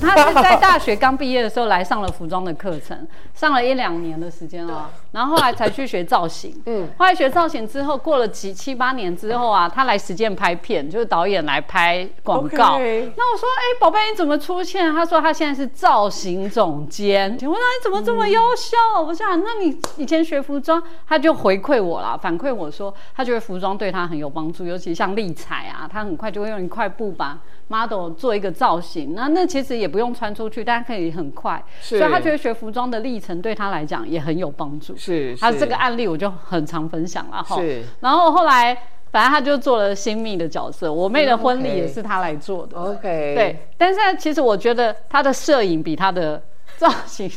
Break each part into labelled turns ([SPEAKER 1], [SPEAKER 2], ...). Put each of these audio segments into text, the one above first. [SPEAKER 1] 他是在大学刚毕业的时候来上了服装的课程，上了一两年的时间哦，然后后来才去学造型。嗯，后来学造型之后，过了几七八年之后啊，他来实践拍片，就是导演来拍广告。
[SPEAKER 2] OK
[SPEAKER 1] 那我说，哎、宝贝，你怎么出现？他说他现在是造型总监。请问他你怎么这
[SPEAKER 2] 嗯
[SPEAKER 1] 么优秀？我想，那你以前学服装，他就回馈我啦，反馈我说，他觉得服装对他很有帮助，尤其像立裁啊，他很快就会用一块布把 model 做一个造型。那那其实也不用穿出去，但可以很快，
[SPEAKER 2] 是
[SPEAKER 1] 所以他觉得学服装的历程对他来讲也很有帮助。
[SPEAKER 2] 是
[SPEAKER 1] 他这个案例我就很常分享了哈。
[SPEAKER 2] 是
[SPEAKER 1] 然后后来反正他就做了新密的角色，我妹的婚礼
[SPEAKER 2] 嗯 OK
[SPEAKER 1] 也是他来做的。
[SPEAKER 2] OK，
[SPEAKER 1] 对，，但是其实我觉得他的摄影比他的造型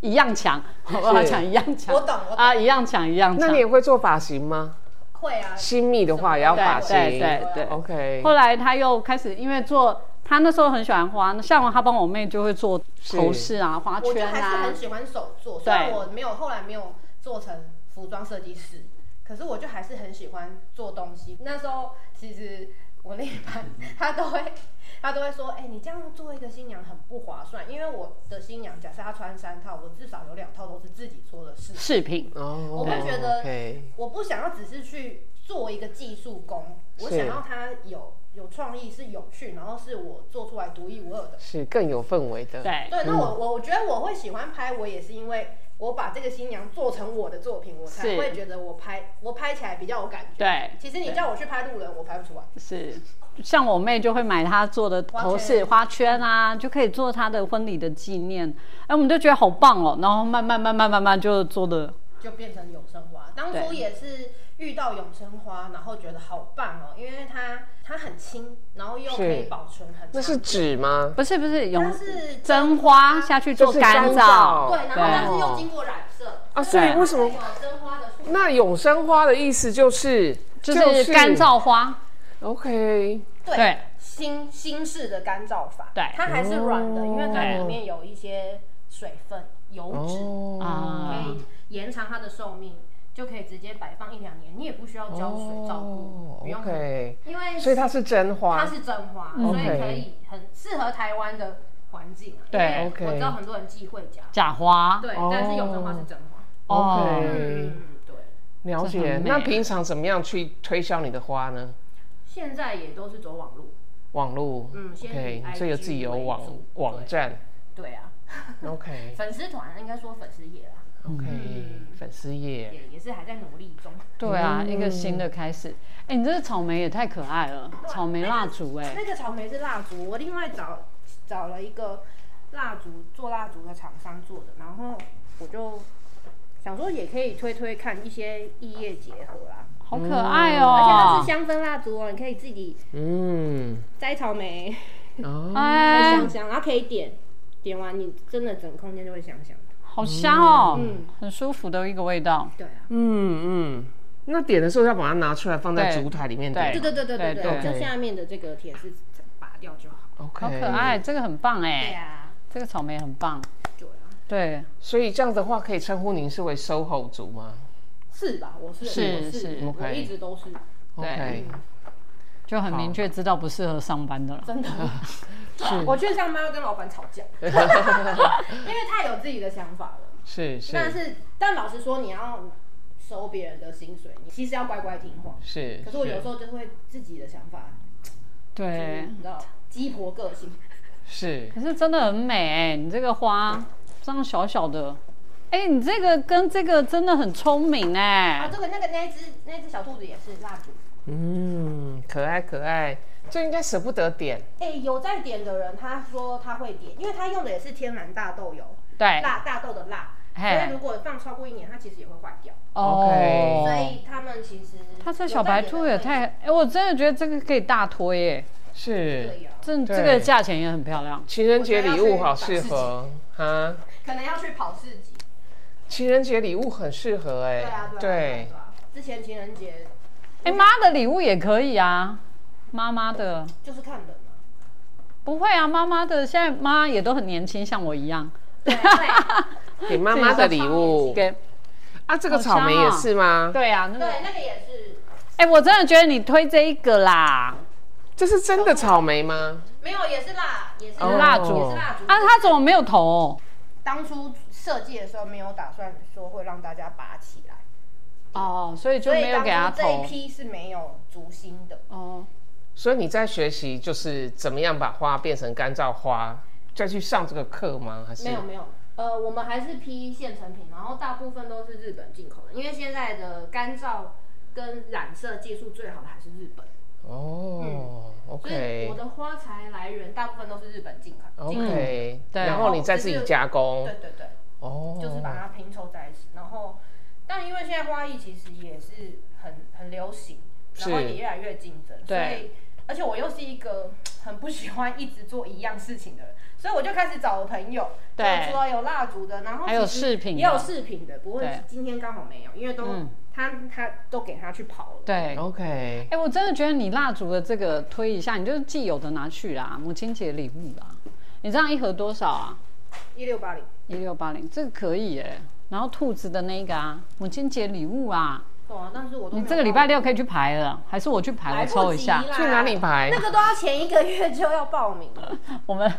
[SPEAKER 1] 一样强， 我要讲一样强，
[SPEAKER 3] 我懂我懂
[SPEAKER 1] 啊，一样强，一样强。
[SPEAKER 2] 那你也会做发型吗？
[SPEAKER 3] 会啊，
[SPEAKER 2] 新密的话也要发型，
[SPEAKER 1] 对对对对
[SPEAKER 2] OK，
[SPEAKER 1] 后来他又开始因为做。他那时候很喜欢花，像他帮我妹就会做头饰啊、花
[SPEAKER 3] 我就
[SPEAKER 1] 圈
[SPEAKER 3] 还是
[SPEAKER 1] 啊
[SPEAKER 3] 很，喜欢手做，虽然
[SPEAKER 1] 对
[SPEAKER 3] 我没有后来没有做成服装设计师，可是我就还是很喜欢做东西。那时候其实我另一 半他都会。他都会说：“哎、你这样做一个新娘很不划算，因为我的新娘假设她穿三套，我至少有两套都是自己做的事，
[SPEAKER 1] 饰品。
[SPEAKER 2] 哦，
[SPEAKER 3] 我会觉得
[SPEAKER 2] OK，
[SPEAKER 3] 我不想要只是去做一个技术工，我
[SPEAKER 2] 是
[SPEAKER 3] 想要它有有创意，是有趣，然后是我做出来独一无二的。
[SPEAKER 2] 是更有氛围的，
[SPEAKER 1] 对，
[SPEAKER 3] 对，那我我我觉得我会喜欢拍，我也是因为我把这个新娘做成我的作品，我才
[SPEAKER 1] 是
[SPEAKER 3] 会觉得我拍我拍起来比较有感觉。
[SPEAKER 1] 对
[SPEAKER 3] 其实你
[SPEAKER 1] 对
[SPEAKER 3] 叫我去拍路人，我拍不出来。
[SPEAKER 1] 是。像我妹就会买她做的头饰、花圈啊，就可以做她的婚礼的纪念。哎，我们就觉得好棒哦。然后慢慢慢慢慢慢就做的
[SPEAKER 3] 就变成永生花。当初
[SPEAKER 1] 对
[SPEAKER 3] 也是遇到永生花，然后觉得好棒哦，因为它它很轻，然后又可以
[SPEAKER 2] 是
[SPEAKER 3] 保存很
[SPEAKER 2] 那
[SPEAKER 3] 长
[SPEAKER 2] 是纸吗？
[SPEAKER 1] 不是不是，用
[SPEAKER 3] 它是
[SPEAKER 1] 真花下去做
[SPEAKER 2] 就是
[SPEAKER 1] 干
[SPEAKER 2] 干燥
[SPEAKER 3] 对，然
[SPEAKER 1] 对
[SPEAKER 3] 后但是又经过染色
[SPEAKER 2] 啊，所以为什么
[SPEAKER 3] 有？真花的树
[SPEAKER 2] 那永生花的意思就是
[SPEAKER 1] 就是干燥花。
[SPEAKER 2] ，OK，
[SPEAKER 3] 对
[SPEAKER 1] 对
[SPEAKER 3] 新新式的干燥法，
[SPEAKER 1] 对
[SPEAKER 3] 它还是软的，
[SPEAKER 2] 哦
[SPEAKER 3] 因为它里面有一些水分、油脂，
[SPEAKER 2] 哦，
[SPEAKER 1] 啊
[SPEAKER 3] 可以延长它的寿命，就可以直接摆放一两年，你也不需要浇水照顾，不用很，
[SPEAKER 2] 哦，OK，
[SPEAKER 3] 因为
[SPEAKER 2] 所以它是真
[SPEAKER 3] 它
[SPEAKER 2] 花，
[SPEAKER 3] 是真花，
[SPEAKER 1] 嗯
[SPEAKER 3] 所以可以很适合台湾的环境啊。
[SPEAKER 1] 对
[SPEAKER 3] 因为
[SPEAKER 2] OK
[SPEAKER 3] 我知道很多人忌讳加，
[SPEAKER 1] 假花。
[SPEAKER 3] 对
[SPEAKER 2] 哦，
[SPEAKER 3] 但是永生花是真花，
[SPEAKER 1] 哦
[SPEAKER 2] OK
[SPEAKER 3] 嗯，对，
[SPEAKER 2] 了
[SPEAKER 1] 这
[SPEAKER 2] 解
[SPEAKER 1] 很。美
[SPEAKER 2] 那平常怎么样去推销你的花呢？
[SPEAKER 3] 现在也都是走网路，
[SPEAKER 2] 网络，
[SPEAKER 3] 嗯先以
[SPEAKER 2] OK，
[SPEAKER 3] IG
[SPEAKER 2] 所以有自己有网
[SPEAKER 3] 为主对
[SPEAKER 2] 网 站
[SPEAKER 3] 对啊，
[SPEAKER 2] ，OK
[SPEAKER 3] 粉丝团应该说粉丝页啦，
[SPEAKER 2] OK，粉
[SPEAKER 3] 嗯
[SPEAKER 2] 丝页，
[SPEAKER 3] 也也是还在努力中。
[SPEAKER 1] 对啊，一个新的开始。哎，你这个草莓也太可爱了，草莓蜡烛哎。
[SPEAKER 3] 那个草莓是蜡烛，我另外找找了一个蜡烛做蜡烛的厂商做的，然后我就想说也可以推推看一些异业结合啦，
[SPEAKER 1] 好可爱
[SPEAKER 3] 嗯而且它
[SPEAKER 1] 哦
[SPEAKER 3] 是！香氛蜡烛哦，你可以自己
[SPEAKER 2] 嗯，
[SPEAKER 3] 摘草莓，
[SPEAKER 2] 哦，
[SPEAKER 3] 啊
[SPEAKER 1] 哎
[SPEAKER 3] 香，香，然后可以点，点完你真的整空间就会香香的。
[SPEAKER 1] 好香哦，
[SPEAKER 3] 嗯
[SPEAKER 1] 很舒服的一个味道。
[SPEAKER 3] 对啊，
[SPEAKER 2] 嗯嗯，那点的时候要把它拿出来放在
[SPEAKER 1] 对
[SPEAKER 2] 烛台里面
[SPEAKER 1] 对
[SPEAKER 3] 对
[SPEAKER 2] 点
[SPEAKER 3] 对对对对
[SPEAKER 1] 对
[SPEAKER 3] 对，
[SPEAKER 2] 对
[SPEAKER 3] 就下面的这个铁丝拔掉就好。
[SPEAKER 2] ，OK，
[SPEAKER 1] 好可爱，。这个很棒
[SPEAKER 3] 哎对
[SPEAKER 1] 哎，
[SPEAKER 3] 啊，
[SPEAKER 1] 这个草莓很棒。
[SPEAKER 3] 对啊，
[SPEAKER 1] 对，
[SPEAKER 2] 所以这样的话，可以称呼您是为 SOHO 族吗
[SPEAKER 3] 是吧？我是
[SPEAKER 1] 是
[SPEAKER 3] 我
[SPEAKER 1] 是
[SPEAKER 3] 我
[SPEAKER 2] OK
[SPEAKER 3] 一直都是
[SPEAKER 2] ？OK，
[SPEAKER 1] 就很明确知道不适合上班的了。
[SPEAKER 3] 真的。
[SPEAKER 2] 是
[SPEAKER 3] 我去上班要跟老板吵架，因为他有自己的想法了。
[SPEAKER 2] 是
[SPEAKER 3] 但
[SPEAKER 2] 是
[SPEAKER 3] 是，但老实说，你要收别人的薪水，你其实要乖乖听话。
[SPEAKER 2] 是，
[SPEAKER 3] 可是我有时候就会自己的想法，
[SPEAKER 1] 对，啊
[SPEAKER 3] 你知道，鸡婆个性。
[SPEAKER 2] 是
[SPEAKER 1] 可是真的很美哎，你这个花这样小小的，哎，你这个跟这个真的很聪明
[SPEAKER 3] 啊，
[SPEAKER 1] 哎。
[SPEAKER 3] 这个那个那一只那一只小兔子也是蜡烛。
[SPEAKER 2] 嗯，可爱可爱，这应该舍不得点，
[SPEAKER 3] 哎、有在点的人，他说他会点，因为他用的也是天然大豆油，
[SPEAKER 1] 对，
[SPEAKER 3] 辣大豆的辣，所
[SPEAKER 1] 哎嘿
[SPEAKER 3] 以如果放超过一年，它其实也会坏掉。
[SPEAKER 1] 哦
[SPEAKER 2] OK
[SPEAKER 3] 所以他们其实
[SPEAKER 1] 它这
[SPEAKER 3] 有
[SPEAKER 1] 小
[SPEAKER 3] 在
[SPEAKER 1] 白
[SPEAKER 3] 点
[SPEAKER 1] 兔
[SPEAKER 3] 的
[SPEAKER 1] 也
[SPEAKER 3] 会
[SPEAKER 1] 太……哎、我真的觉得这个可以大推耶，
[SPEAKER 2] 是
[SPEAKER 3] 对呀、
[SPEAKER 1] 这
[SPEAKER 2] 对
[SPEAKER 1] 这个价钱也很漂亮。
[SPEAKER 2] 情人节礼物好适合哈，
[SPEAKER 3] 可能要去跑市集。
[SPEAKER 2] 情人节礼物很适合哎、
[SPEAKER 3] 对啊，对啊，
[SPEAKER 2] 对
[SPEAKER 3] 对啊。之前情人节
[SPEAKER 1] 哎、妈的礼物也可以啊，妈妈的
[SPEAKER 3] 就是看人啊。
[SPEAKER 1] 不会啊，妈妈的现在妈也都很年轻，像我一样。
[SPEAKER 3] 对啊对
[SPEAKER 2] 给妈妈的礼物
[SPEAKER 1] 给
[SPEAKER 2] 啊，这个草莓也
[SPEAKER 3] 哦
[SPEAKER 2] 是吗？
[SPEAKER 3] 嗯
[SPEAKER 1] 对啊，那个
[SPEAKER 3] 对，那个也是。
[SPEAKER 1] 哎、我真的觉得你推这一个啦，
[SPEAKER 2] 这是真的草莓吗？
[SPEAKER 3] 没有，也是蜡，也是
[SPEAKER 2] 哦
[SPEAKER 1] 蜡烛
[SPEAKER 3] 也是蜡烛。
[SPEAKER 1] 啊，他怎么没有头？
[SPEAKER 3] 当初设计的时候没有打算说会让大家拔起来，
[SPEAKER 1] 哦，所以就
[SPEAKER 3] 所以
[SPEAKER 1] 没有给他
[SPEAKER 3] 当初这一
[SPEAKER 1] 头。
[SPEAKER 3] 批是没有竹心的。
[SPEAKER 1] 哦，
[SPEAKER 2] 所以你在学习就是怎么样把花变成干燥花，再去上这个课吗？还是
[SPEAKER 3] 没有没有，呃，我们还是批现成品，然后大部分都是日本进口的，因为现在的干燥跟染色技术最好的还是日本，
[SPEAKER 2] 哦、o
[SPEAKER 3] 嗯所以
[SPEAKER 2] k
[SPEAKER 3] 我的花材来源大部分都是日本进口。进口的
[SPEAKER 2] OK，、
[SPEAKER 1] 对
[SPEAKER 2] 然后你再自己加工
[SPEAKER 3] 对对对，
[SPEAKER 2] 哦，
[SPEAKER 3] 就是把它拼凑在一起，然后，但因为现在花艺其实也是很很流行，然后
[SPEAKER 2] 是
[SPEAKER 3] 也越来越竞争，所
[SPEAKER 1] 对
[SPEAKER 3] 以而且我又是一个很不喜欢一直做一样事情的人，所以我就开始找朋友，
[SPEAKER 1] 对
[SPEAKER 3] 就除了有蜡烛的，然后
[SPEAKER 1] 还有
[SPEAKER 3] 其实
[SPEAKER 1] 饰品的
[SPEAKER 3] 也有饰品的，不会
[SPEAKER 1] 对
[SPEAKER 3] 今天刚好没有，因为都、
[SPEAKER 1] 嗯
[SPEAKER 3] 他他都给他去跑了，
[SPEAKER 1] 对，哎、
[SPEAKER 2] OK，
[SPEAKER 1] 我真的觉得你蜡烛的这个推一下，你就是既有的拿去啦，母亲节礼物啦。你这样一盒多少啊？
[SPEAKER 3] 一六八零，
[SPEAKER 1] 一六八零，这个可以耶、然后兔子的那个啊，母亲节礼物啊，
[SPEAKER 3] 对啊，但是我都
[SPEAKER 1] 你
[SPEAKER 3] 没有
[SPEAKER 1] 这个礼拜
[SPEAKER 3] 报
[SPEAKER 1] 六可以去排了，还是我去排？
[SPEAKER 3] 来
[SPEAKER 1] 我
[SPEAKER 3] 不
[SPEAKER 1] 抽一下
[SPEAKER 3] 及，啦
[SPEAKER 2] 去哪里排
[SPEAKER 3] 啊那个都要前一个月就要报名了。
[SPEAKER 1] 我们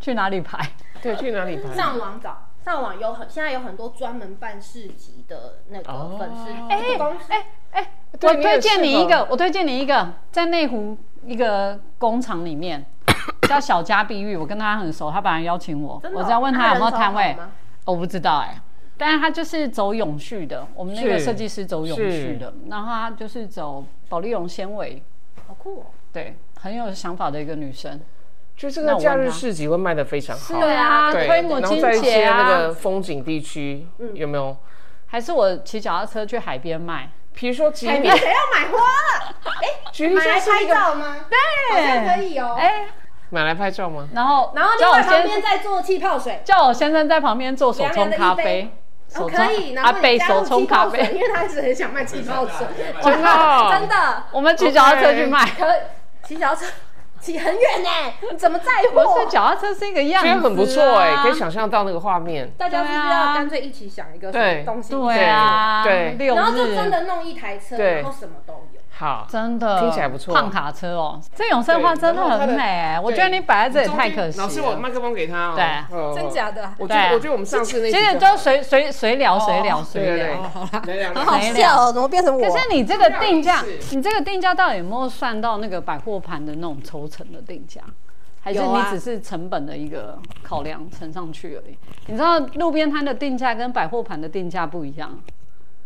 [SPEAKER 1] 去哪里排？
[SPEAKER 2] 对，去哪里排？
[SPEAKER 3] 上网找，上网有很现在有很多专门办市集的那
[SPEAKER 2] 哦
[SPEAKER 3] 个粉丝
[SPEAKER 2] 哎
[SPEAKER 3] 哎公司， 哎，
[SPEAKER 1] 哎，
[SPEAKER 2] 对
[SPEAKER 1] 我
[SPEAKER 2] 你也
[SPEAKER 1] 推荐
[SPEAKER 2] 是
[SPEAKER 1] 你一
[SPEAKER 2] 哦
[SPEAKER 1] 个，我推荐你一个，在内湖一个工厂里面 叫小家碧玉，我跟他很熟，他本来邀请我，
[SPEAKER 3] 真的哦
[SPEAKER 1] 我只要问
[SPEAKER 3] 啊
[SPEAKER 1] 他有没有
[SPEAKER 3] 人手
[SPEAKER 1] 摊位
[SPEAKER 3] 好吗，
[SPEAKER 1] 我不知道哎、但是他就是走永续的，我们那个
[SPEAKER 2] 是
[SPEAKER 1] 设计师走永续
[SPEAKER 2] 是
[SPEAKER 1] 的，然后他就是走保利龙纤维，
[SPEAKER 3] 好酷哦！
[SPEAKER 1] 对，很有想法的一个女生。
[SPEAKER 2] 就这
[SPEAKER 1] 那
[SPEAKER 2] 个
[SPEAKER 1] 我
[SPEAKER 2] 假
[SPEAKER 1] 问
[SPEAKER 2] 日
[SPEAKER 1] 他
[SPEAKER 2] 市集会卖的非常好，
[SPEAKER 3] 对啊
[SPEAKER 2] 对，
[SPEAKER 1] 推母
[SPEAKER 2] 然后
[SPEAKER 1] 亲
[SPEAKER 2] 在一
[SPEAKER 1] 节
[SPEAKER 2] 些那个
[SPEAKER 1] 啊，
[SPEAKER 2] 风景地区，
[SPEAKER 3] 嗯
[SPEAKER 2] 有没有？
[SPEAKER 1] 还是我骑脚踏车去海边卖，
[SPEAKER 2] 比如说吉
[SPEAKER 3] 海
[SPEAKER 2] 林
[SPEAKER 3] 边，谁要买花了？
[SPEAKER 2] 吉林
[SPEAKER 3] 买
[SPEAKER 2] 山
[SPEAKER 3] 来
[SPEAKER 2] 哎是
[SPEAKER 3] 拍
[SPEAKER 2] 一个
[SPEAKER 3] 照吗？对，好像可以哦。哎，
[SPEAKER 1] 哎，
[SPEAKER 2] 买来拍照吗？
[SPEAKER 1] 然后
[SPEAKER 3] 然后另
[SPEAKER 1] 叫我
[SPEAKER 3] 外旁
[SPEAKER 1] 先
[SPEAKER 3] 边再做气泡水，
[SPEAKER 1] 叫我先生在旁边做手冲咖啡，
[SPEAKER 3] 哦
[SPEAKER 1] 手冲
[SPEAKER 3] 可以，然
[SPEAKER 1] 阿
[SPEAKER 3] 后你
[SPEAKER 1] 贝
[SPEAKER 3] 加入
[SPEAKER 1] 啊手冲
[SPEAKER 3] 气
[SPEAKER 1] 咖
[SPEAKER 3] 泡水，
[SPEAKER 1] 啡，
[SPEAKER 3] 因为他一直很想卖气泡水，
[SPEAKER 2] 真的哦
[SPEAKER 3] 真的
[SPEAKER 1] 我们骑脚踏车去卖。
[SPEAKER 3] 可以骑脚踏车骑很远呢，你怎么在
[SPEAKER 1] 不是
[SPEAKER 3] 乎？
[SPEAKER 1] 脚踏车是一个样子、
[SPEAKER 2] 这
[SPEAKER 1] 啊，
[SPEAKER 2] 样很不错哎，可以想象到那个画面。
[SPEAKER 3] 大家是不是
[SPEAKER 1] 对啊
[SPEAKER 3] 要干脆一起想一个什
[SPEAKER 2] 对
[SPEAKER 3] 么东西？
[SPEAKER 1] 对啊，
[SPEAKER 2] 对
[SPEAKER 1] 六日
[SPEAKER 3] 然后就真的弄一台车，
[SPEAKER 2] 对
[SPEAKER 3] 然后什么都有。
[SPEAKER 2] 好，
[SPEAKER 1] 真的
[SPEAKER 2] 听起来不错
[SPEAKER 1] 胖卡车哦，这永生花真的很美欸，我觉得你摆在这里太可惜
[SPEAKER 2] 老师，我
[SPEAKER 1] 了。
[SPEAKER 2] 麦克风给他哦。
[SPEAKER 1] 对
[SPEAKER 2] 哦，
[SPEAKER 3] 真假的
[SPEAKER 2] 我
[SPEAKER 1] 对
[SPEAKER 2] 觉
[SPEAKER 1] 啊
[SPEAKER 2] 得，我觉得我们上次那
[SPEAKER 1] 其
[SPEAKER 2] 集
[SPEAKER 1] 实
[SPEAKER 2] 好
[SPEAKER 1] 就随随随聊随聊随
[SPEAKER 2] 哦对
[SPEAKER 1] 聊。
[SPEAKER 2] 对对，
[SPEAKER 1] 好笑
[SPEAKER 3] 哦，怎么变成
[SPEAKER 1] 可是你这个定价
[SPEAKER 2] 不好意，思
[SPEAKER 1] 你这个定价到底有没有算到那个百货盘的那种抽成的定价？还是
[SPEAKER 3] 有
[SPEAKER 1] 你
[SPEAKER 3] 啊
[SPEAKER 1] 只是成本的一个考量乘上去而已？你知道路边摊的定价跟百货盘的定价不一样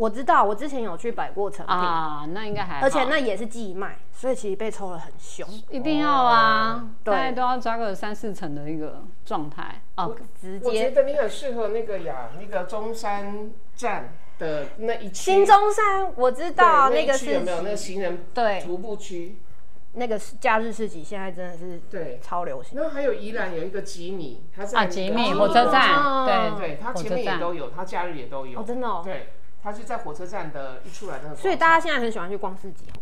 [SPEAKER 3] 我知道，我之前有去摆过成品，
[SPEAKER 1] 啊，那应该还好
[SPEAKER 3] 而且那也是寄卖，所以其实被抽了很凶。
[SPEAKER 1] 一定要啊，
[SPEAKER 2] 哦
[SPEAKER 1] 大
[SPEAKER 3] 对
[SPEAKER 1] 概都要抓个三四成的一个状态啊。
[SPEAKER 3] 直
[SPEAKER 2] 我觉
[SPEAKER 3] 接
[SPEAKER 2] 得你很适合那个呀，那个中山站的那一区。
[SPEAKER 3] 新中山，我知
[SPEAKER 2] 对那
[SPEAKER 3] 道那
[SPEAKER 2] 一
[SPEAKER 3] 个
[SPEAKER 2] 区有没有那个
[SPEAKER 3] 是
[SPEAKER 2] 行人
[SPEAKER 3] 对
[SPEAKER 2] 徒步区？
[SPEAKER 3] 那个是假日市集，现在真的是
[SPEAKER 2] 对。
[SPEAKER 3] 超流行。
[SPEAKER 2] 然后还有宜兰有一个吉米，它在
[SPEAKER 1] 啊，
[SPEAKER 2] 那个
[SPEAKER 1] 吉米
[SPEAKER 3] 哦
[SPEAKER 1] 火车
[SPEAKER 3] 哦
[SPEAKER 1] 站，对
[SPEAKER 2] 对，它
[SPEAKER 1] 火
[SPEAKER 2] 前
[SPEAKER 1] 车
[SPEAKER 2] 面也
[SPEAKER 1] 站
[SPEAKER 2] 都有，它假日也都有。
[SPEAKER 3] 哦，真的哦，
[SPEAKER 2] 对，它是在火车站的一出来的那个广场。
[SPEAKER 3] 所以大家现在很喜欢去逛市集。哦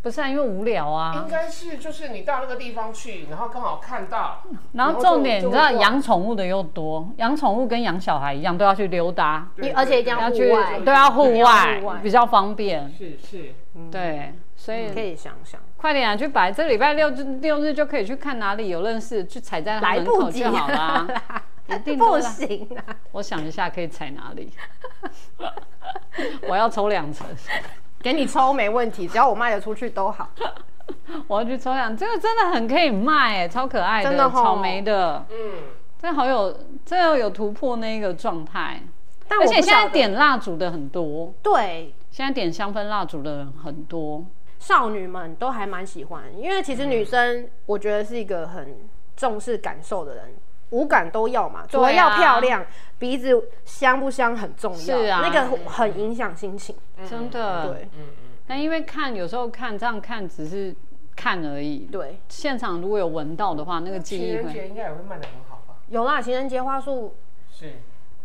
[SPEAKER 1] 不是啊，因为无聊啊
[SPEAKER 2] 应。该是就是你到那个地方去，然后刚好看到，
[SPEAKER 1] 然后
[SPEAKER 2] 就
[SPEAKER 1] 重点，你
[SPEAKER 2] 就会
[SPEAKER 1] 知道
[SPEAKER 2] 逛
[SPEAKER 1] 养宠物的又多，养宠物跟养小孩一样都要去溜达，
[SPEAKER 2] 对
[SPEAKER 3] 你而且一定
[SPEAKER 1] 要
[SPEAKER 3] 要
[SPEAKER 1] 去
[SPEAKER 3] 户外，
[SPEAKER 1] 对啊，户外
[SPEAKER 3] 户外
[SPEAKER 1] 比较方便。
[SPEAKER 2] 是是，
[SPEAKER 1] 对，所
[SPEAKER 2] 嗯
[SPEAKER 1] 以
[SPEAKER 3] 可以想想，
[SPEAKER 1] 快点啊，去摆，这礼拜六就六日就可以去看哪里有认识，去踩在他
[SPEAKER 3] 来
[SPEAKER 1] 门
[SPEAKER 3] 不
[SPEAKER 1] 口
[SPEAKER 3] 及
[SPEAKER 1] 就好啦。
[SPEAKER 3] 啦
[SPEAKER 1] 一定都
[SPEAKER 3] 不
[SPEAKER 1] 来
[SPEAKER 3] 行啊。
[SPEAKER 1] 我想一下可以踩哪里， 我要抽两层。
[SPEAKER 3] 给你抽没问题，只要我卖得出去都好。
[SPEAKER 1] 我要去抽奖，这个真的很可以卖哎，超可爱的，
[SPEAKER 3] 真的吼
[SPEAKER 1] 草莓的，
[SPEAKER 2] 嗯，
[SPEAKER 1] 这好有，这有突破那个状态。
[SPEAKER 3] 但我
[SPEAKER 1] 而
[SPEAKER 3] 不
[SPEAKER 1] 且现
[SPEAKER 3] 晓
[SPEAKER 1] 在
[SPEAKER 3] 得
[SPEAKER 1] 点蜡烛的很多，
[SPEAKER 3] 对，
[SPEAKER 1] 现在点香氛蜡烛的人很多，
[SPEAKER 3] 少女们都还蛮喜欢，因为其实女生我觉得是一个很重视感受的人，五感都
[SPEAKER 1] 啊
[SPEAKER 3] 要嘛，除了要漂亮，鼻子香不香很重要，
[SPEAKER 1] 是啊嗯
[SPEAKER 3] 那个很影响心情。
[SPEAKER 1] 真的。
[SPEAKER 3] 嗯对
[SPEAKER 1] 那因为看有时候看这样看只是看而已，
[SPEAKER 3] 对，
[SPEAKER 1] 现场如果有闻到的话，那个记
[SPEAKER 2] 情
[SPEAKER 1] 忆
[SPEAKER 2] 人
[SPEAKER 1] 会。
[SPEAKER 2] 节应该也会卖的很好吧？
[SPEAKER 3] 有啦，情人节花束，
[SPEAKER 2] 是，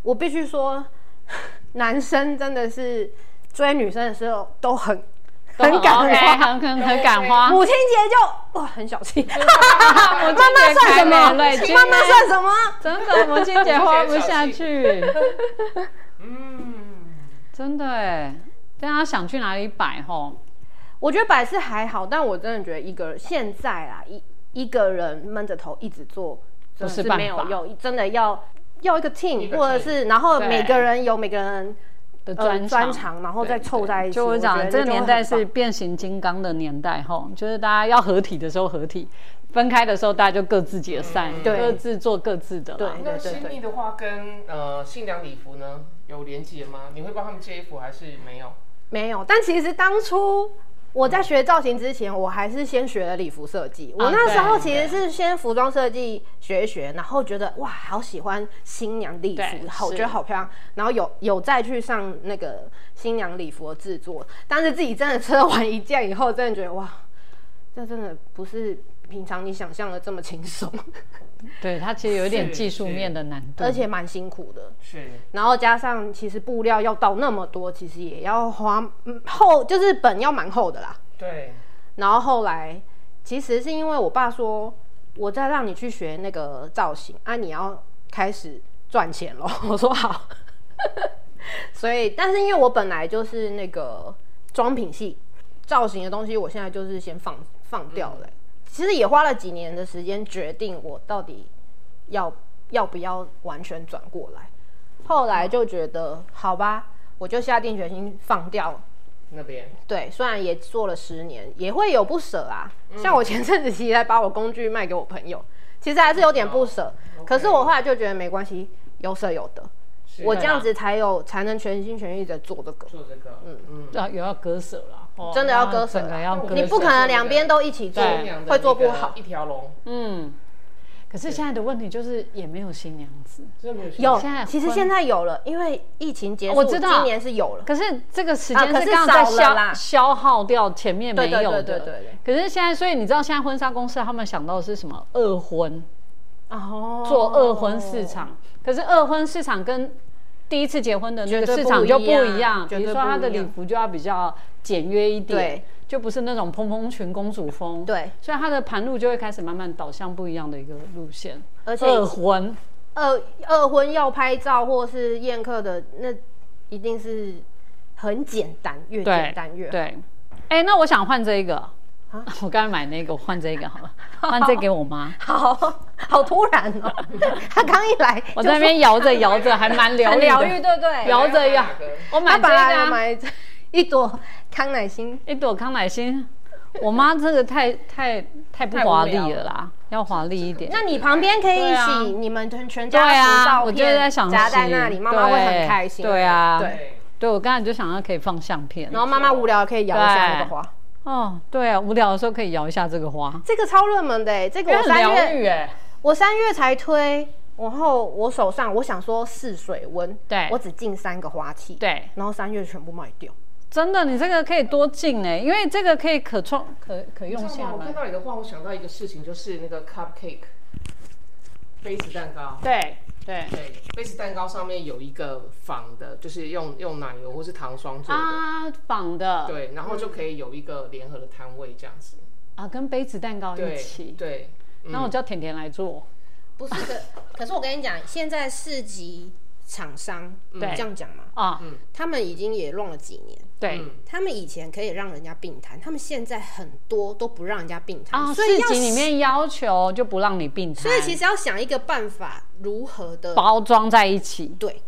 [SPEAKER 3] 我必须说， 男生真的是追女生的时候都很
[SPEAKER 1] 都
[SPEAKER 3] 很感
[SPEAKER 1] OK，
[SPEAKER 3] 花，
[SPEAKER 1] 很很很感花。
[SPEAKER 3] 母亲节就哇很小 气，
[SPEAKER 1] 我
[SPEAKER 3] 妈妈算什么？
[SPEAKER 1] 累积，
[SPEAKER 3] 妈妈算什么？
[SPEAKER 1] 真的，母亲节花不下去。
[SPEAKER 2] 嗯，
[SPEAKER 1] 真的哎，大家想去哪里摆吼？
[SPEAKER 3] 我觉得百事还好，但我真的觉得一个现在啦，一一个人闷着头一直做，真的
[SPEAKER 1] 不是办法
[SPEAKER 3] 没有用，真的要要一个 team，
[SPEAKER 2] 一个 team
[SPEAKER 3] 或者是然后
[SPEAKER 1] 对
[SPEAKER 3] 每个人有每个人
[SPEAKER 1] 的
[SPEAKER 3] 呃
[SPEAKER 1] 专
[SPEAKER 3] 专
[SPEAKER 1] 长。
[SPEAKER 3] 长，然后再
[SPEAKER 2] 对
[SPEAKER 3] 凑在一起。
[SPEAKER 1] 就我讲
[SPEAKER 3] 觉
[SPEAKER 1] 的，
[SPEAKER 3] 得
[SPEAKER 1] 这个
[SPEAKER 3] 就会
[SPEAKER 1] 年代
[SPEAKER 3] 很棒
[SPEAKER 1] 是变形金刚的年代吼，就是大家要合体的时候合体，分开的时候大家就各自解散，
[SPEAKER 3] 对
[SPEAKER 1] 各自做各自的啦。
[SPEAKER 3] 对
[SPEAKER 2] 那新
[SPEAKER 3] 对
[SPEAKER 2] 密的话跟呃新娘礼服呢有连接吗？你会帮他们借衣服还是没有？
[SPEAKER 3] 没有，但其实当初我在学造型之前，我还是先学了礼服设计。
[SPEAKER 1] 啊
[SPEAKER 3] 我那时候其实是先服装设计学一学，然后觉得哇，好喜欢新娘礼服，
[SPEAKER 1] 对
[SPEAKER 3] 好
[SPEAKER 1] 是
[SPEAKER 3] 觉得好漂亮，然后有有再去上那个新娘礼服的制作，但是自己真的车完一件以后，真的觉得哇，这真的不是平常你想象的这么轻 松，
[SPEAKER 1] 对，它其实有一点
[SPEAKER 2] 是
[SPEAKER 1] 技术
[SPEAKER 2] 是
[SPEAKER 1] 面的难度
[SPEAKER 3] 而。且蛮辛苦的。
[SPEAKER 2] 是
[SPEAKER 3] 然后加上其实布料要到那么多，其实也要花嗯厚，就是本要蛮厚的啦。
[SPEAKER 2] 对，
[SPEAKER 3] 然后后来其实是因为我爸说，我再让你去学那个造型啊，你要开始赚钱咯。 我说好，所以但是因为我本来就是那个妆品系造型的东西，我现在就是先放放掉了欸、其实也花了几年的时间决定我到底要要不要完全转过来。后来就觉得好吧，我就下定决心放掉
[SPEAKER 2] 那边
[SPEAKER 3] 对，虽然也做了十年，也会有不舍啊。像我前阵子其实还把我工具卖给我朋友，其实还是有点不舍。
[SPEAKER 2] 哦
[SPEAKER 3] 可是
[SPEAKER 2] OK
[SPEAKER 3] 我后来就觉得没关系，有舍有得，
[SPEAKER 2] 是
[SPEAKER 3] 我这样子才有才能全心全意的做这个。
[SPEAKER 2] 做这个，嗯嗯，
[SPEAKER 1] 啊，有要割舍啦，哦
[SPEAKER 3] 真的要割舍
[SPEAKER 1] 整个
[SPEAKER 3] 啦
[SPEAKER 1] 要割舍。
[SPEAKER 3] 你不可能两边都一起做
[SPEAKER 1] 对
[SPEAKER 2] 新娘，的
[SPEAKER 3] 会做
[SPEAKER 2] 那个
[SPEAKER 3] 不好。
[SPEAKER 2] 一条龙，
[SPEAKER 1] 嗯，可是现在的问题就是也没有新娘子。
[SPEAKER 2] 真的没有新
[SPEAKER 3] 有
[SPEAKER 2] 娘
[SPEAKER 1] 现在，
[SPEAKER 3] 其实
[SPEAKER 1] 婚
[SPEAKER 3] 现在有了，因为疫情结束，
[SPEAKER 1] 我知道
[SPEAKER 3] 今年是有了。
[SPEAKER 1] 可是这个时
[SPEAKER 3] 啊可
[SPEAKER 1] 间
[SPEAKER 3] 是
[SPEAKER 1] 是刚好在
[SPEAKER 3] 少了
[SPEAKER 1] 消、
[SPEAKER 3] 啦
[SPEAKER 1] 消耗掉前面没有的。
[SPEAKER 3] 对对对对对
[SPEAKER 1] 可是现在，所以你知道现在婚纱公司他们想到的是什么？二婚，
[SPEAKER 3] 哦，
[SPEAKER 1] 做二婚市场。可是二婚市场跟第一次结婚的那
[SPEAKER 3] 绝
[SPEAKER 1] 个
[SPEAKER 3] 对
[SPEAKER 1] 市场
[SPEAKER 3] 不一
[SPEAKER 1] 就不
[SPEAKER 3] 样
[SPEAKER 1] 一样，
[SPEAKER 3] 绝
[SPEAKER 1] 比如
[SPEAKER 3] 对
[SPEAKER 1] 说
[SPEAKER 3] 不
[SPEAKER 1] 它
[SPEAKER 3] 一
[SPEAKER 1] 的礼
[SPEAKER 3] 样
[SPEAKER 1] 服就要比较简约一点
[SPEAKER 3] 对，
[SPEAKER 1] 就不是那种蓬蓬裙、公主风。
[SPEAKER 3] 对，
[SPEAKER 1] 所以它的盘路就会开始慢慢导向不一样的一个路线。
[SPEAKER 3] 而且
[SPEAKER 1] 二婚，
[SPEAKER 3] 二二婚要拍照或是宴客的，那一定是很简单，越
[SPEAKER 1] 对
[SPEAKER 3] 简单越好。
[SPEAKER 1] 对，哎、那我想换这一个。
[SPEAKER 3] 啊
[SPEAKER 1] 我刚才买那个，我换这个好 了，换这给我妈。
[SPEAKER 3] 好好突然 哦，他刚一来，
[SPEAKER 1] 我在那边摇着摇着，还蛮疗
[SPEAKER 3] 很
[SPEAKER 1] 愈的，
[SPEAKER 3] 疗愈，对不对？
[SPEAKER 1] 摇着摇
[SPEAKER 2] 哪个。
[SPEAKER 1] 我
[SPEAKER 3] 他
[SPEAKER 1] 买这
[SPEAKER 3] 本
[SPEAKER 1] 个
[SPEAKER 3] 来有
[SPEAKER 1] 啊、
[SPEAKER 3] 买一朵康乃馨，
[SPEAKER 1] 一朵康乃馨，我妈这个太太太不
[SPEAKER 3] 太无
[SPEAKER 1] 华丽
[SPEAKER 3] 聊
[SPEAKER 1] 了啦，要华丽一点。
[SPEAKER 3] 那你旁边可以
[SPEAKER 1] 对
[SPEAKER 3] 一
[SPEAKER 1] 啊
[SPEAKER 3] 起，你们全全
[SPEAKER 1] 对
[SPEAKER 3] 家福
[SPEAKER 1] 啊，
[SPEAKER 3] 照
[SPEAKER 1] 我就
[SPEAKER 3] 片
[SPEAKER 1] 在想
[SPEAKER 3] 夹在
[SPEAKER 1] 洗
[SPEAKER 3] 那里，妈妈会很
[SPEAKER 1] 对
[SPEAKER 3] 开心。
[SPEAKER 1] 对啊，
[SPEAKER 3] 对。
[SPEAKER 1] 对我刚才就想要可以放相片
[SPEAKER 3] 然。后妈妈无聊可以摇一下那个
[SPEAKER 1] 对
[SPEAKER 3] 花，
[SPEAKER 1] 哦，对啊，无聊的时候可以摇一下这个花，
[SPEAKER 3] 这个超热门的欸，这个
[SPEAKER 1] 因为
[SPEAKER 3] 我
[SPEAKER 1] 很
[SPEAKER 3] 三
[SPEAKER 1] 疗
[SPEAKER 3] 月
[SPEAKER 1] 愈哎。
[SPEAKER 3] 我三月才推，然后我手上我想说试水温，
[SPEAKER 1] 对
[SPEAKER 3] 我只进三个花器，，
[SPEAKER 1] 对，
[SPEAKER 3] 然后三月全部卖掉。
[SPEAKER 1] 真的，你这个可以多进哎，因为这个可以可创可可用
[SPEAKER 2] 你知
[SPEAKER 1] 性还
[SPEAKER 2] 道吗？我看
[SPEAKER 1] 蛮。
[SPEAKER 2] 到你的话，我想到一个事情，就是那个 cupcake 杯子蛋糕。
[SPEAKER 1] 对对
[SPEAKER 2] 对，杯子蛋糕上面有一个仿的，就是用用奶油或是糖霜做的。
[SPEAKER 1] 啊，仿的
[SPEAKER 2] 对，然后就可以有一个联合的摊位这样子。
[SPEAKER 1] 啊，跟杯子蛋
[SPEAKER 3] 哦
[SPEAKER 1] 糕一
[SPEAKER 2] 对
[SPEAKER 1] 起。
[SPEAKER 2] 对，嗯
[SPEAKER 1] 那我叫甜甜来做，
[SPEAKER 3] 不是可， 可是我跟你讲，现在市集厂商，嗯
[SPEAKER 1] 对
[SPEAKER 3] 这样讲嘛，
[SPEAKER 1] 啊，
[SPEAKER 2] 嗯
[SPEAKER 3] 他们已经也乱了几年。
[SPEAKER 1] 对，
[SPEAKER 3] 他们以前可以让人家并摊，他们现在很多都不让人家并摊，
[SPEAKER 1] 啊，
[SPEAKER 3] 所以
[SPEAKER 1] 市
[SPEAKER 3] 要
[SPEAKER 1] 集里，面要求就不让你并摊，
[SPEAKER 3] 所以其实要想一个办法，如何的
[SPEAKER 1] 包装在一起，
[SPEAKER 3] 对。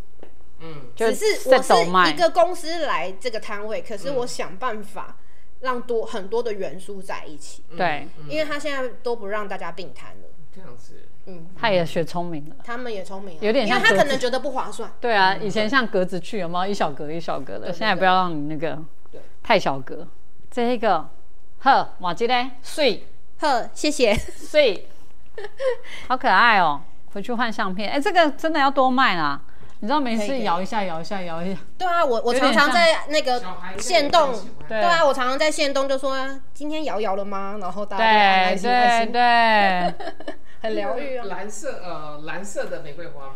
[SPEAKER 2] 嗯，
[SPEAKER 1] 就
[SPEAKER 3] 只是我
[SPEAKER 1] 在
[SPEAKER 3] 是
[SPEAKER 1] 走卖嗯
[SPEAKER 3] 一个公司来这个摊位，可是我想办法让多很多的元素在一起，
[SPEAKER 1] 对，
[SPEAKER 3] 因为他现在都不让大家并摊了。
[SPEAKER 2] 这样子。
[SPEAKER 3] 嗯，
[SPEAKER 1] 他也学聪明了。
[SPEAKER 3] 他们也聪明了，啊
[SPEAKER 1] 有点
[SPEAKER 3] 因为
[SPEAKER 1] 像
[SPEAKER 3] 他
[SPEAKER 1] 格
[SPEAKER 3] 可
[SPEAKER 1] 子
[SPEAKER 3] 能觉得不划算。
[SPEAKER 1] 对啊，以前像格子去有没有一小格一小格的，现在不要让你那个
[SPEAKER 2] 对
[SPEAKER 1] 太小格。这一个，呵，哇，这嘞，碎
[SPEAKER 3] 呵，谢谢。
[SPEAKER 1] 碎， 好可爱哦！回去换相片，哎，这个真的要多卖啦。你知道没
[SPEAKER 3] 可以可
[SPEAKER 1] 事
[SPEAKER 3] 以
[SPEAKER 1] 摇一下摇一下摇一下，
[SPEAKER 3] 对啊，我我
[SPEAKER 1] 有
[SPEAKER 3] 常
[SPEAKER 1] 点
[SPEAKER 3] 常
[SPEAKER 1] 像
[SPEAKER 3] 在那个
[SPEAKER 2] 小孩应该
[SPEAKER 3] 限
[SPEAKER 2] 也
[SPEAKER 3] 呃动
[SPEAKER 2] 会喜，欢
[SPEAKER 1] 对
[SPEAKER 3] 对啊，我常常在限动就说啊今天摇摇了吗？然后大家就按爱
[SPEAKER 1] 对
[SPEAKER 3] 心爱
[SPEAKER 1] 对
[SPEAKER 3] 心，
[SPEAKER 1] 对。
[SPEAKER 3] 很疗愈啊。
[SPEAKER 2] 蓝色呃，蓝色的玫瑰花吗？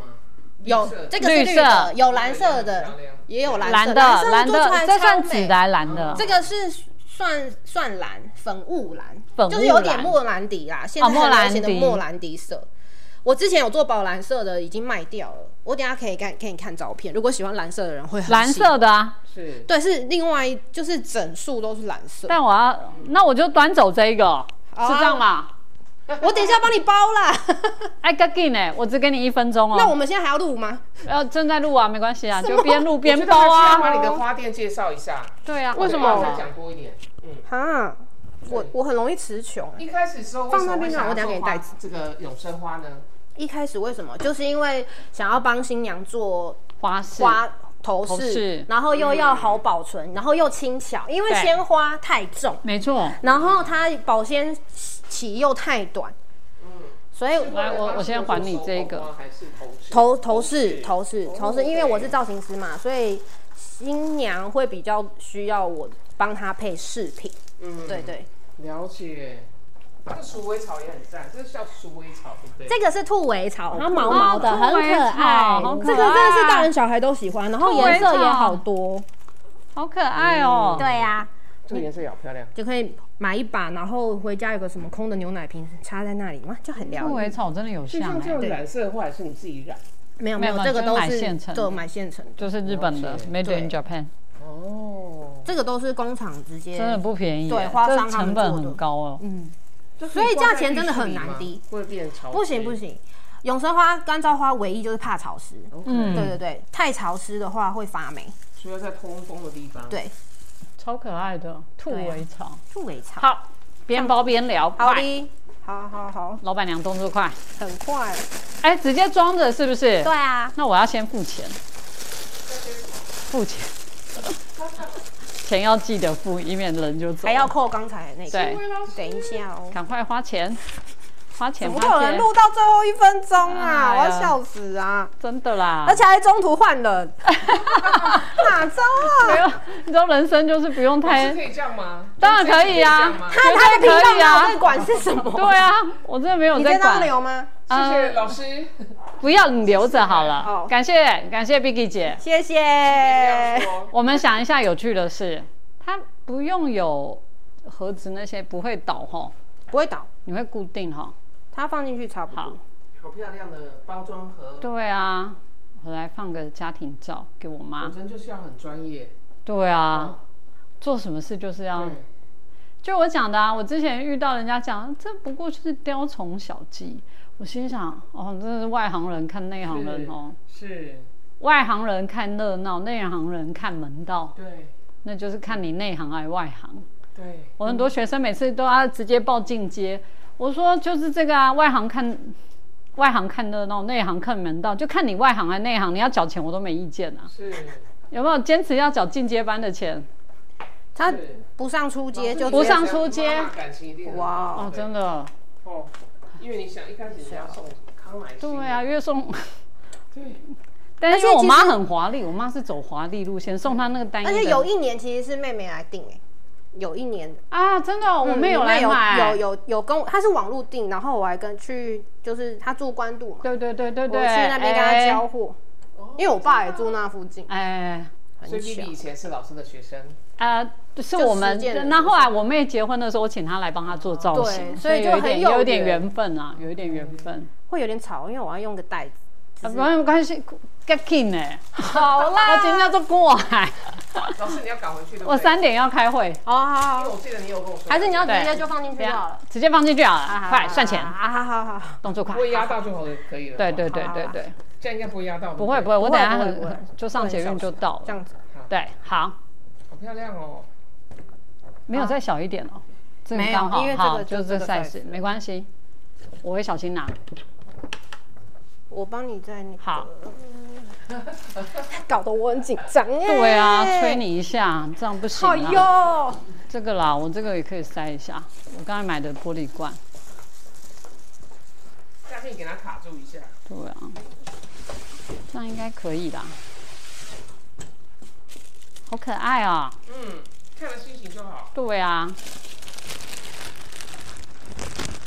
[SPEAKER 3] 有
[SPEAKER 2] 绿色的
[SPEAKER 3] 这个是
[SPEAKER 1] 绿
[SPEAKER 3] 绿
[SPEAKER 1] 色
[SPEAKER 3] 的，有蓝色
[SPEAKER 2] 漂
[SPEAKER 3] 的
[SPEAKER 2] 亮，
[SPEAKER 3] 也有蓝
[SPEAKER 1] 蓝
[SPEAKER 3] 色
[SPEAKER 1] 的
[SPEAKER 3] 蓝色
[SPEAKER 1] 蓝
[SPEAKER 3] 做出
[SPEAKER 1] 的，
[SPEAKER 3] 来
[SPEAKER 1] 这算
[SPEAKER 3] 超
[SPEAKER 1] 紫
[SPEAKER 3] 美嗯
[SPEAKER 1] 的还是蓝的？
[SPEAKER 3] 这个是算算蓝，粉雾蓝，
[SPEAKER 1] 粉雾蓝哦
[SPEAKER 3] 就是有点莫兰迪啦，现在
[SPEAKER 1] 莫
[SPEAKER 3] 很流
[SPEAKER 1] 兰
[SPEAKER 3] 行的
[SPEAKER 1] 迪
[SPEAKER 3] 莫兰迪色。我之前有做宝蓝色的，已经卖掉了。我等一下可以看给你看照片，如果喜欢蓝色的人会很
[SPEAKER 1] 蓝
[SPEAKER 3] 喜欢
[SPEAKER 1] 色的啊。
[SPEAKER 2] 是
[SPEAKER 3] 对，是另外一就是整束都是蓝色。
[SPEAKER 1] 但我要，那我就端走这一个，
[SPEAKER 3] 啊
[SPEAKER 1] 是这样吗？
[SPEAKER 3] 我等一下帮你包 啦。
[SPEAKER 1] 哎，赶紧呢，我只给你一分钟哦。
[SPEAKER 3] 那我们现在还要录吗？
[SPEAKER 1] 呃正在录啊，没关系啊，就边录边
[SPEAKER 2] 我觉得
[SPEAKER 1] 包
[SPEAKER 2] 还是要把
[SPEAKER 1] 啊。
[SPEAKER 2] 你的花店介绍一下，
[SPEAKER 1] 对啊，
[SPEAKER 2] 为
[SPEAKER 1] 什
[SPEAKER 2] 什么再讲多一点？嗯，
[SPEAKER 3] 哈，我我很容易词穷。
[SPEAKER 2] 一开始的时候
[SPEAKER 3] 放那边啊
[SPEAKER 2] 为什么会想要
[SPEAKER 3] 我等下给你
[SPEAKER 2] 做花
[SPEAKER 3] 带走
[SPEAKER 2] 这个永生花呢？
[SPEAKER 3] 一开始为什么？就是因为想要帮新娘做
[SPEAKER 1] 花式？
[SPEAKER 3] 花头
[SPEAKER 1] 头
[SPEAKER 3] 饰嗯
[SPEAKER 1] 饰，
[SPEAKER 3] 然后又要好保存，然后又轻巧，因为
[SPEAKER 1] 对
[SPEAKER 3] 鲜花太重，
[SPEAKER 1] 没错。
[SPEAKER 3] 然后它保鲜期又太短，所以
[SPEAKER 1] 来我我先还你这个
[SPEAKER 2] 还是头饰
[SPEAKER 3] 哎头头饰头饰
[SPEAKER 2] 哦
[SPEAKER 3] 头饰，因为我是
[SPEAKER 2] 对
[SPEAKER 3] 造型师嘛，所以新娘会比较需要我帮她配饰品。
[SPEAKER 2] 嗯
[SPEAKER 3] 对对，
[SPEAKER 2] 了解。这鼠尾草也很赞，这是叫鼠尾草，对不对？
[SPEAKER 3] 这个是兔尾草，它毛
[SPEAKER 1] 哦
[SPEAKER 3] 毛的，
[SPEAKER 1] 兔
[SPEAKER 3] 很
[SPEAKER 1] 尾
[SPEAKER 3] 可
[SPEAKER 1] 草
[SPEAKER 3] 爱
[SPEAKER 1] 好。可
[SPEAKER 3] 这个真的是
[SPEAKER 1] 爱
[SPEAKER 3] 大人小孩都喜欢，然后
[SPEAKER 1] 兔尾
[SPEAKER 3] 颜色也
[SPEAKER 1] 草
[SPEAKER 3] 好多。
[SPEAKER 1] 好可爱哦、
[SPEAKER 3] 嗯对呀。
[SPEAKER 2] 这个颜色也好漂亮。
[SPEAKER 3] 就可以买一把，然后回家有个什么空的牛奶瓶插在那里，哇，就很疗
[SPEAKER 1] 兔
[SPEAKER 3] 愈。
[SPEAKER 1] 尾草真的有
[SPEAKER 2] 就
[SPEAKER 1] 像
[SPEAKER 2] 像
[SPEAKER 1] 哎、
[SPEAKER 2] 这种染色的话，也是你自己染。
[SPEAKER 3] 没有
[SPEAKER 1] 没
[SPEAKER 3] 没
[SPEAKER 1] 有
[SPEAKER 3] 有，
[SPEAKER 1] 没有
[SPEAKER 3] 这个
[SPEAKER 1] 就是
[SPEAKER 3] 都
[SPEAKER 1] 买
[SPEAKER 3] 是
[SPEAKER 1] 现成的
[SPEAKER 3] 对买现成的，
[SPEAKER 1] 就是日本的
[SPEAKER 2] 了解
[SPEAKER 1] Made in Japan，
[SPEAKER 2] 哦，
[SPEAKER 3] 这个都是工厂直接
[SPEAKER 1] 真的不便宜、
[SPEAKER 3] 对
[SPEAKER 1] 哎
[SPEAKER 3] 花
[SPEAKER 1] 这
[SPEAKER 3] 商他
[SPEAKER 1] 成
[SPEAKER 3] 们
[SPEAKER 1] 本
[SPEAKER 3] 做的嗯
[SPEAKER 1] 很高哦、
[SPEAKER 2] 所
[SPEAKER 3] 以价钱真的很难低，
[SPEAKER 2] 会变潮。
[SPEAKER 3] 不行不，行。永生花、干燥花唯一就是怕潮湿，
[SPEAKER 2] 嗯，
[SPEAKER 3] 对对对，太潮湿的话会发霉。
[SPEAKER 2] 所以要在通风的地方。
[SPEAKER 3] 对，
[SPEAKER 1] 超可爱的兔尾草。
[SPEAKER 3] 兔尾草。
[SPEAKER 1] 好，边包边聊，
[SPEAKER 3] 啊好
[SPEAKER 1] 快！
[SPEAKER 3] 的，好好好，
[SPEAKER 1] 老板娘动作快，
[SPEAKER 3] 很快。
[SPEAKER 1] 哎、直接装着是不是？
[SPEAKER 3] 对。啊，
[SPEAKER 1] 那我要先付钱，付 钱，钱要记得付，以免人就走了。
[SPEAKER 3] 还要扣刚才那个。
[SPEAKER 1] 对，
[SPEAKER 3] 等一下哦。
[SPEAKER 1] 赶快花钱，花钱，
[SPEAKER 3] 怎么
[SPEAKER 1] 花钱，
[SPEAKER 3] 会有人录到最后一分钟啊？
[SPEAKER 1] 哎
[SPEAKER 3] 我
[SPEAKER 1] 呀
[SPEAKER 3] 要笑死啊！
[SPEAKER 1] 真的啦，
[SPEAKER 3] 而且还中途换 人，哪招
[SPEAKER 1] 没
[SPEAKER 3] 啊？
[SPEAKER 1] 有，你知道人生就是不用
[SPEAKER 2] 是
[SPEAKER 1] 太
[SPEAKER 2] 可，以这样吗？
[SPEAKER 1] 当然可以啊
[SPEAKER 2] 这样吗
[SPEAKER 3] 看他的
[SPEAKER 1] 绝
[SPEAKER 3] 频
[SPEAKER 1] 对
[SPEAKER 3] 道
[SPEAKER 1] 可以
[SPEAKER 3] 没有在
[SPEAKER 1] 啊，
[SPEAKER 3] 管是什么？
[SPEAKER 1] 对啊，我真的没有
[SPEAKER 3] 你
[SPEAKER 1] 在
[SPEAKER 3] 在那
[SPEAKER 1] 管，
[SPEAKER 3] 留吗？
[SPEAKER 2] 谢谢
[SPEAKER 1] 呃
[SPEAKER 2] 老师。
[SPEAKER 1] 不要你留着好
[SPEAKER 3] 哦
[SPEAKER 1] 了，感谢感谢 Vicky 姐，
[SPEAKER 3] 谢谢。
[SPEAKER 2] 这
[SPEAKER 3] 哎
[SPEAKER 2] 样说
[SPEAKER 1] 我们想一下有趣的事，它不用有盒子那些不会倒吼，
[SPEAKER 3] 不会倒，
[SPEAKER 1] 你会固定吼，
[SPEAKER 3] 它放进去差不
[SPEAKER 1] 好
[SPEAKER 3] 多。
[SPEAKER 2] 好漂亮的包装盒，
[SPEAKER 1] 对啊，我来放个家庭照给我妈
[SPEAKER 2] 本，身就是要很专业。
[SPEAKER 1] 对啊，做什么事就是要
[SPEAKER 2] 对
[SPEAKER 1] 就我讲的啊，我之前遇到人家讲，这不过就是雕虫小技。我心想，哦，真的是外行人看内行人哦，
[SPEAKER 2] 是，
[SPEAKER 1] 外行人看热闹，内行人看门道，
[SPEAKER 2] 对
[SPEAKER 1] 那就是看你内行还是外行。
[SPEAKER 2] 对，
[SPEAKER 1] 我很多学生每次都要直接报进阶，我说就是这个啊，外行看外行看热闹，内行看门道，就看你外行还是内行，你要缴钱我都没意见啊。
[SPEAKER 2] 是
[SPEAKER 1] 有没有坚持要缴进阶班的钱？
[SPEAKER 3] 它
[SPEAKER 2] 是
[SPEAKER 3] 不上初阶就
[SPEAKER 1] 不
[SPEAKER 3] 直接
[SPEAKER 1] 上出街
[SPEAKER 2] 妈妈感情一定很好
[SPEAKER 3] 哇
[SPEAKER 1] 哦，
[SPEAKER 3] 哦，
[SPEAKER 1] 真的，
[SPEAKER 2] 哦，因为你想一开始你要送康乃馨，
[SPEAKER 1] 对啊，越 送。
[SPEAKER 2] 对，
[SPEAKER 1] 但
[SPEAKER 3] 而且
[SPEAKER 1] 是我
[SPEAKER 3] 其
[SPEAKER 1] 妈
[SPEAKER 3] 实
[SPEAKER 1] 很华丽，我妈是走华丽路线，送她那个单一
[SPEAKER 3] 而
[SPEAKER 1] 的。
[SPEAKER 3] 且有一年其实是妹妹来订诶，欸有一年
[SPEAKER 1] 啊，真的哦、我妹有
[SPEAKER 3] 嗯
[SPEAKER 1] 来买，
[SPEAKER 3] 有有有有跟我，她是网络订，然后我还跟去，就是她住关渡嘛，
[SPEAKER 1] 对对对对
[SPEAKER 3] 我
[SPEAKER 1] 对，
[SPEAKER 3] 去那边跟她
[SPEAKER 1] 哎
[SPEAKER 3] 交。货，
[SPEAKER 2] 哦
[SPEAKER 3] 因为我爸也住那附近，
[SPEAKER 1] 哎，
[SPEAKER 2] 啊所
[SPEAKER 3] 很
[SPEAKER 2] 以
[SPEAKER 3] 巧
[SPEAKER 2] B B。以前是老师的学生，
[SPEAKER 1] 啊，是我们
[SPEAKER 3] 实践的。
[SPEAKER 1] 那后来我妹结婚的时候，我请她来帮她做造型，
[SPEAKER 3] 对所以就
[SPEAKER 1] 有一
[SPEAKER 3] 很
[SPEAKER 1] 点
[SPEAKER 3] 有
[SPEAKER 1] 有一点
[SPEAKER 3] 缘嗯
[SPEAKER 1] 缘分啊，有一点缘分。
[SPEAKER 3] 会有点吵，因为我要用个袋子。
[SPEAKER 1] 啊，没有关系，get king 哎，好啦， 我今天要做过来，
[SPEAKER 2] 老师你要赶回去对不对
[SPEAKER 1] 我三，点要开会，
[SPEAKER 3] 好好
[SPEAKER 2] 因
[SPEAKER 3] 好
[SPEAKER 2] 为
[SPEAKER 3] 好，
[SPEAKER 2] 我记得你有跟我说，
[SPEAKER 3] 还是你要直
[SPEAKER 1] 对
[SPEAKER 3] 接就放进去
[SPEAKER 1] 这
[SPEAKER 3] 就好
[SPEAKER 1] 样
[SPEAKER 3] 了。
[SPEAKER 1] 直接放进去好了，
[SPEAKER 3] 啊
[SPEAKER 1] 快算钱，
[SPEAKER 3] 啊！好好好好，
[SPEAKER 1] 动作快
[SPEAKER 2] 不。会压到就好了，可以了，
[SPEAKER 1] 对对对
[SPEAKER 3] 好
[SPEAKER 1] 对
[SPEAKER 3] 好
[SPEAKER 1] 对，
[SPEAKER 2] 这样应该不会压到，
[SPEAKER 1] 不会
[SPEAKER 2] 对
[SPEAKER 1] 不会，我等下
[SPEAKER 3] 不会不会不会
[SPEAKER 1] 就上捷运就到
[SPEAKER 3] 这
[SPEAKER 1] 了。
[SPEAKER 3] 样子
[SPEAKER 1] 对，好。
[SPEAKER 2] 好漂亮哦，
[SPEAKER 1] 没有再小一点哦，这个
[SPEAKER 3] 没有
[SPEAKER 1] 刚好
[SPEAKER 3] 因为这个
[SPEAKER 1] 好
[SPEAKER 3] 就
[SPEAKER 1] 就是
[SPEAKER 3] 这个 size
[SPEAKER 1] size，没关系，我会小心拿。
[SPEAKER 3] 我帮你在那个
[SPEAKER 1] 好，
[SPEAKER 3] 搞得我很紧张耶。
[SPEAKER 1] 对啊，吹你一下，这样不行
[SPEAKER 3] 哎
[SPEAKER 1] 啊。
[SPEAKER 3] 呦，
[SPEAKER 1] 这个啦，我这个也可以塞一下，我刚才买的玻璃罐。
[SPEAKER 2] 下面给它卡住一下，
[SPEAKER 1] 对啊，这样应该可以啦。好可爱啊！
[SPEAKER 2] 嗯，看了心情就好，
[SPEAKER 1] 对啊，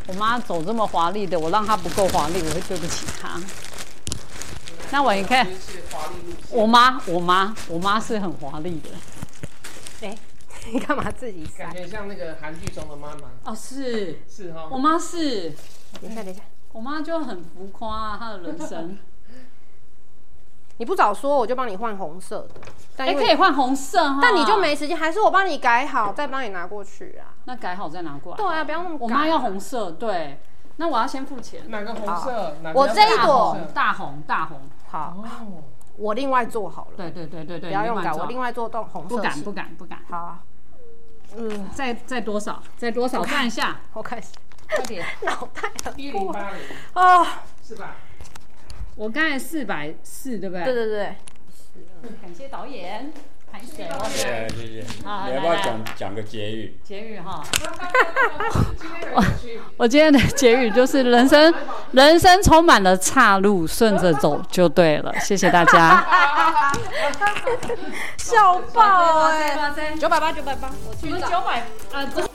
[SPEAKER 1] 我妈走这么华丽的，我让她不够华丽，我会对不起她。那我你看
[SPEAKER 2] 其，实是华丽路线，
[SPEAKER 1] 我妈，我妈，我妈是很华丽的。
[SPEAKER 3] 哎，你干嘛自己塞
[SPEAKER 2] 感？觉像那个韩剧中的妈妈，
[SPEAKER 1] 哦，是
[SPEAKER 2] 是哈
[SPEAKER 1] 我，妈是，
[SPEAKER 3] 等一下，等一下，
[SPEAKER 1] 我妈就很浮夸啊，她的人生。
[SPEAKER 3] 你不早说，我就帮你换红色的。但
[SPEAKER 1] 哎，
[SPEAKER 3] 因为
[SPEAKER 1] 可以换红色哈，
[SPEAKER 3] 但你就没时间，还是我帮你改好，再帮你拿过去啊。
[SPEAKER 1] 那改好再拿过来。
[SPEAKER 3] 对啊，不要那么
[SPEAKER 1] 我
[SPEAKER 3] 改
[SPEAKER 1] 妈要红色，对，那我要先付钱。
[SPEAKER 2] 哪个红色
[SPEAKER 3] 好？
[SPEAKER 2] 哪个
[SPEAKER 3] 哦我这一
[SPEAKER 2] 大
[SPEAKER 1] 大
[SPEAKER 3] 朵
[SPEAKER 2] 红
[SPEAKER 1] 红，
[SPEAKER 2] 色
[SPEAKER 1] 大红，大红，
[SPEAKER 3] 好，
[SPEAKER 2] 哦，
[SPEAKER 3] 我另外做好了，
[SPEAKER 1] 对对对对对，
[SPEAKER 3] 不要用改，我
[SPEAKER 1] 另
[SPEAKER 3] 另
[SPEAKER 1] 外
[SPEAKER 3] 外做动红色
[SPEAKER 1] 做不敢
[SPEAKER 3] 系
[SPEAKER 1] 不敢不敢，
[SPEAKER 3] 好啊，嗯，
[SPEAKER 1] 再再多少，再多少，看一下，
[SPEAKER 3] 我看
[SPEAKER 1] 快点，
[SPEAKER 3] 脑袋啊很
[SPEAKER 2] 一零八零
[SPEAKER 3] 哦，
[SPEAKER 2] 是吧？
[SPEAKER 1] 我刚才四百四，对不对？
[SPEAKER 3] 对对对，
[SPEAKER 1] 感谢导演，盘旋
[SPEAKER 4] 谢谢谢谢。
[SPEAKER 1] 好
[SPEAKER 4] 你要不要
[SPEAKER 1] 来来
[SPEAKER 4] 讲讲个结语？
[SPEAKER 1] 结语哈。
[SPEAKER 2] 今天 有人去
[SPEAKER 1] 我今天的结语就是人生，人生充满了岔路，顺着走就对了。谢谢大家。
[SPEAKER 3] 笑爆哎、
[SPEAKER 1] 哇塞，
[SPEAKER 3] 啊哎九百八九百八，我去
[SPEAKER 1] 你们
[SPEAKER 3] 找
[SPEAKER 1] 九百啊，不是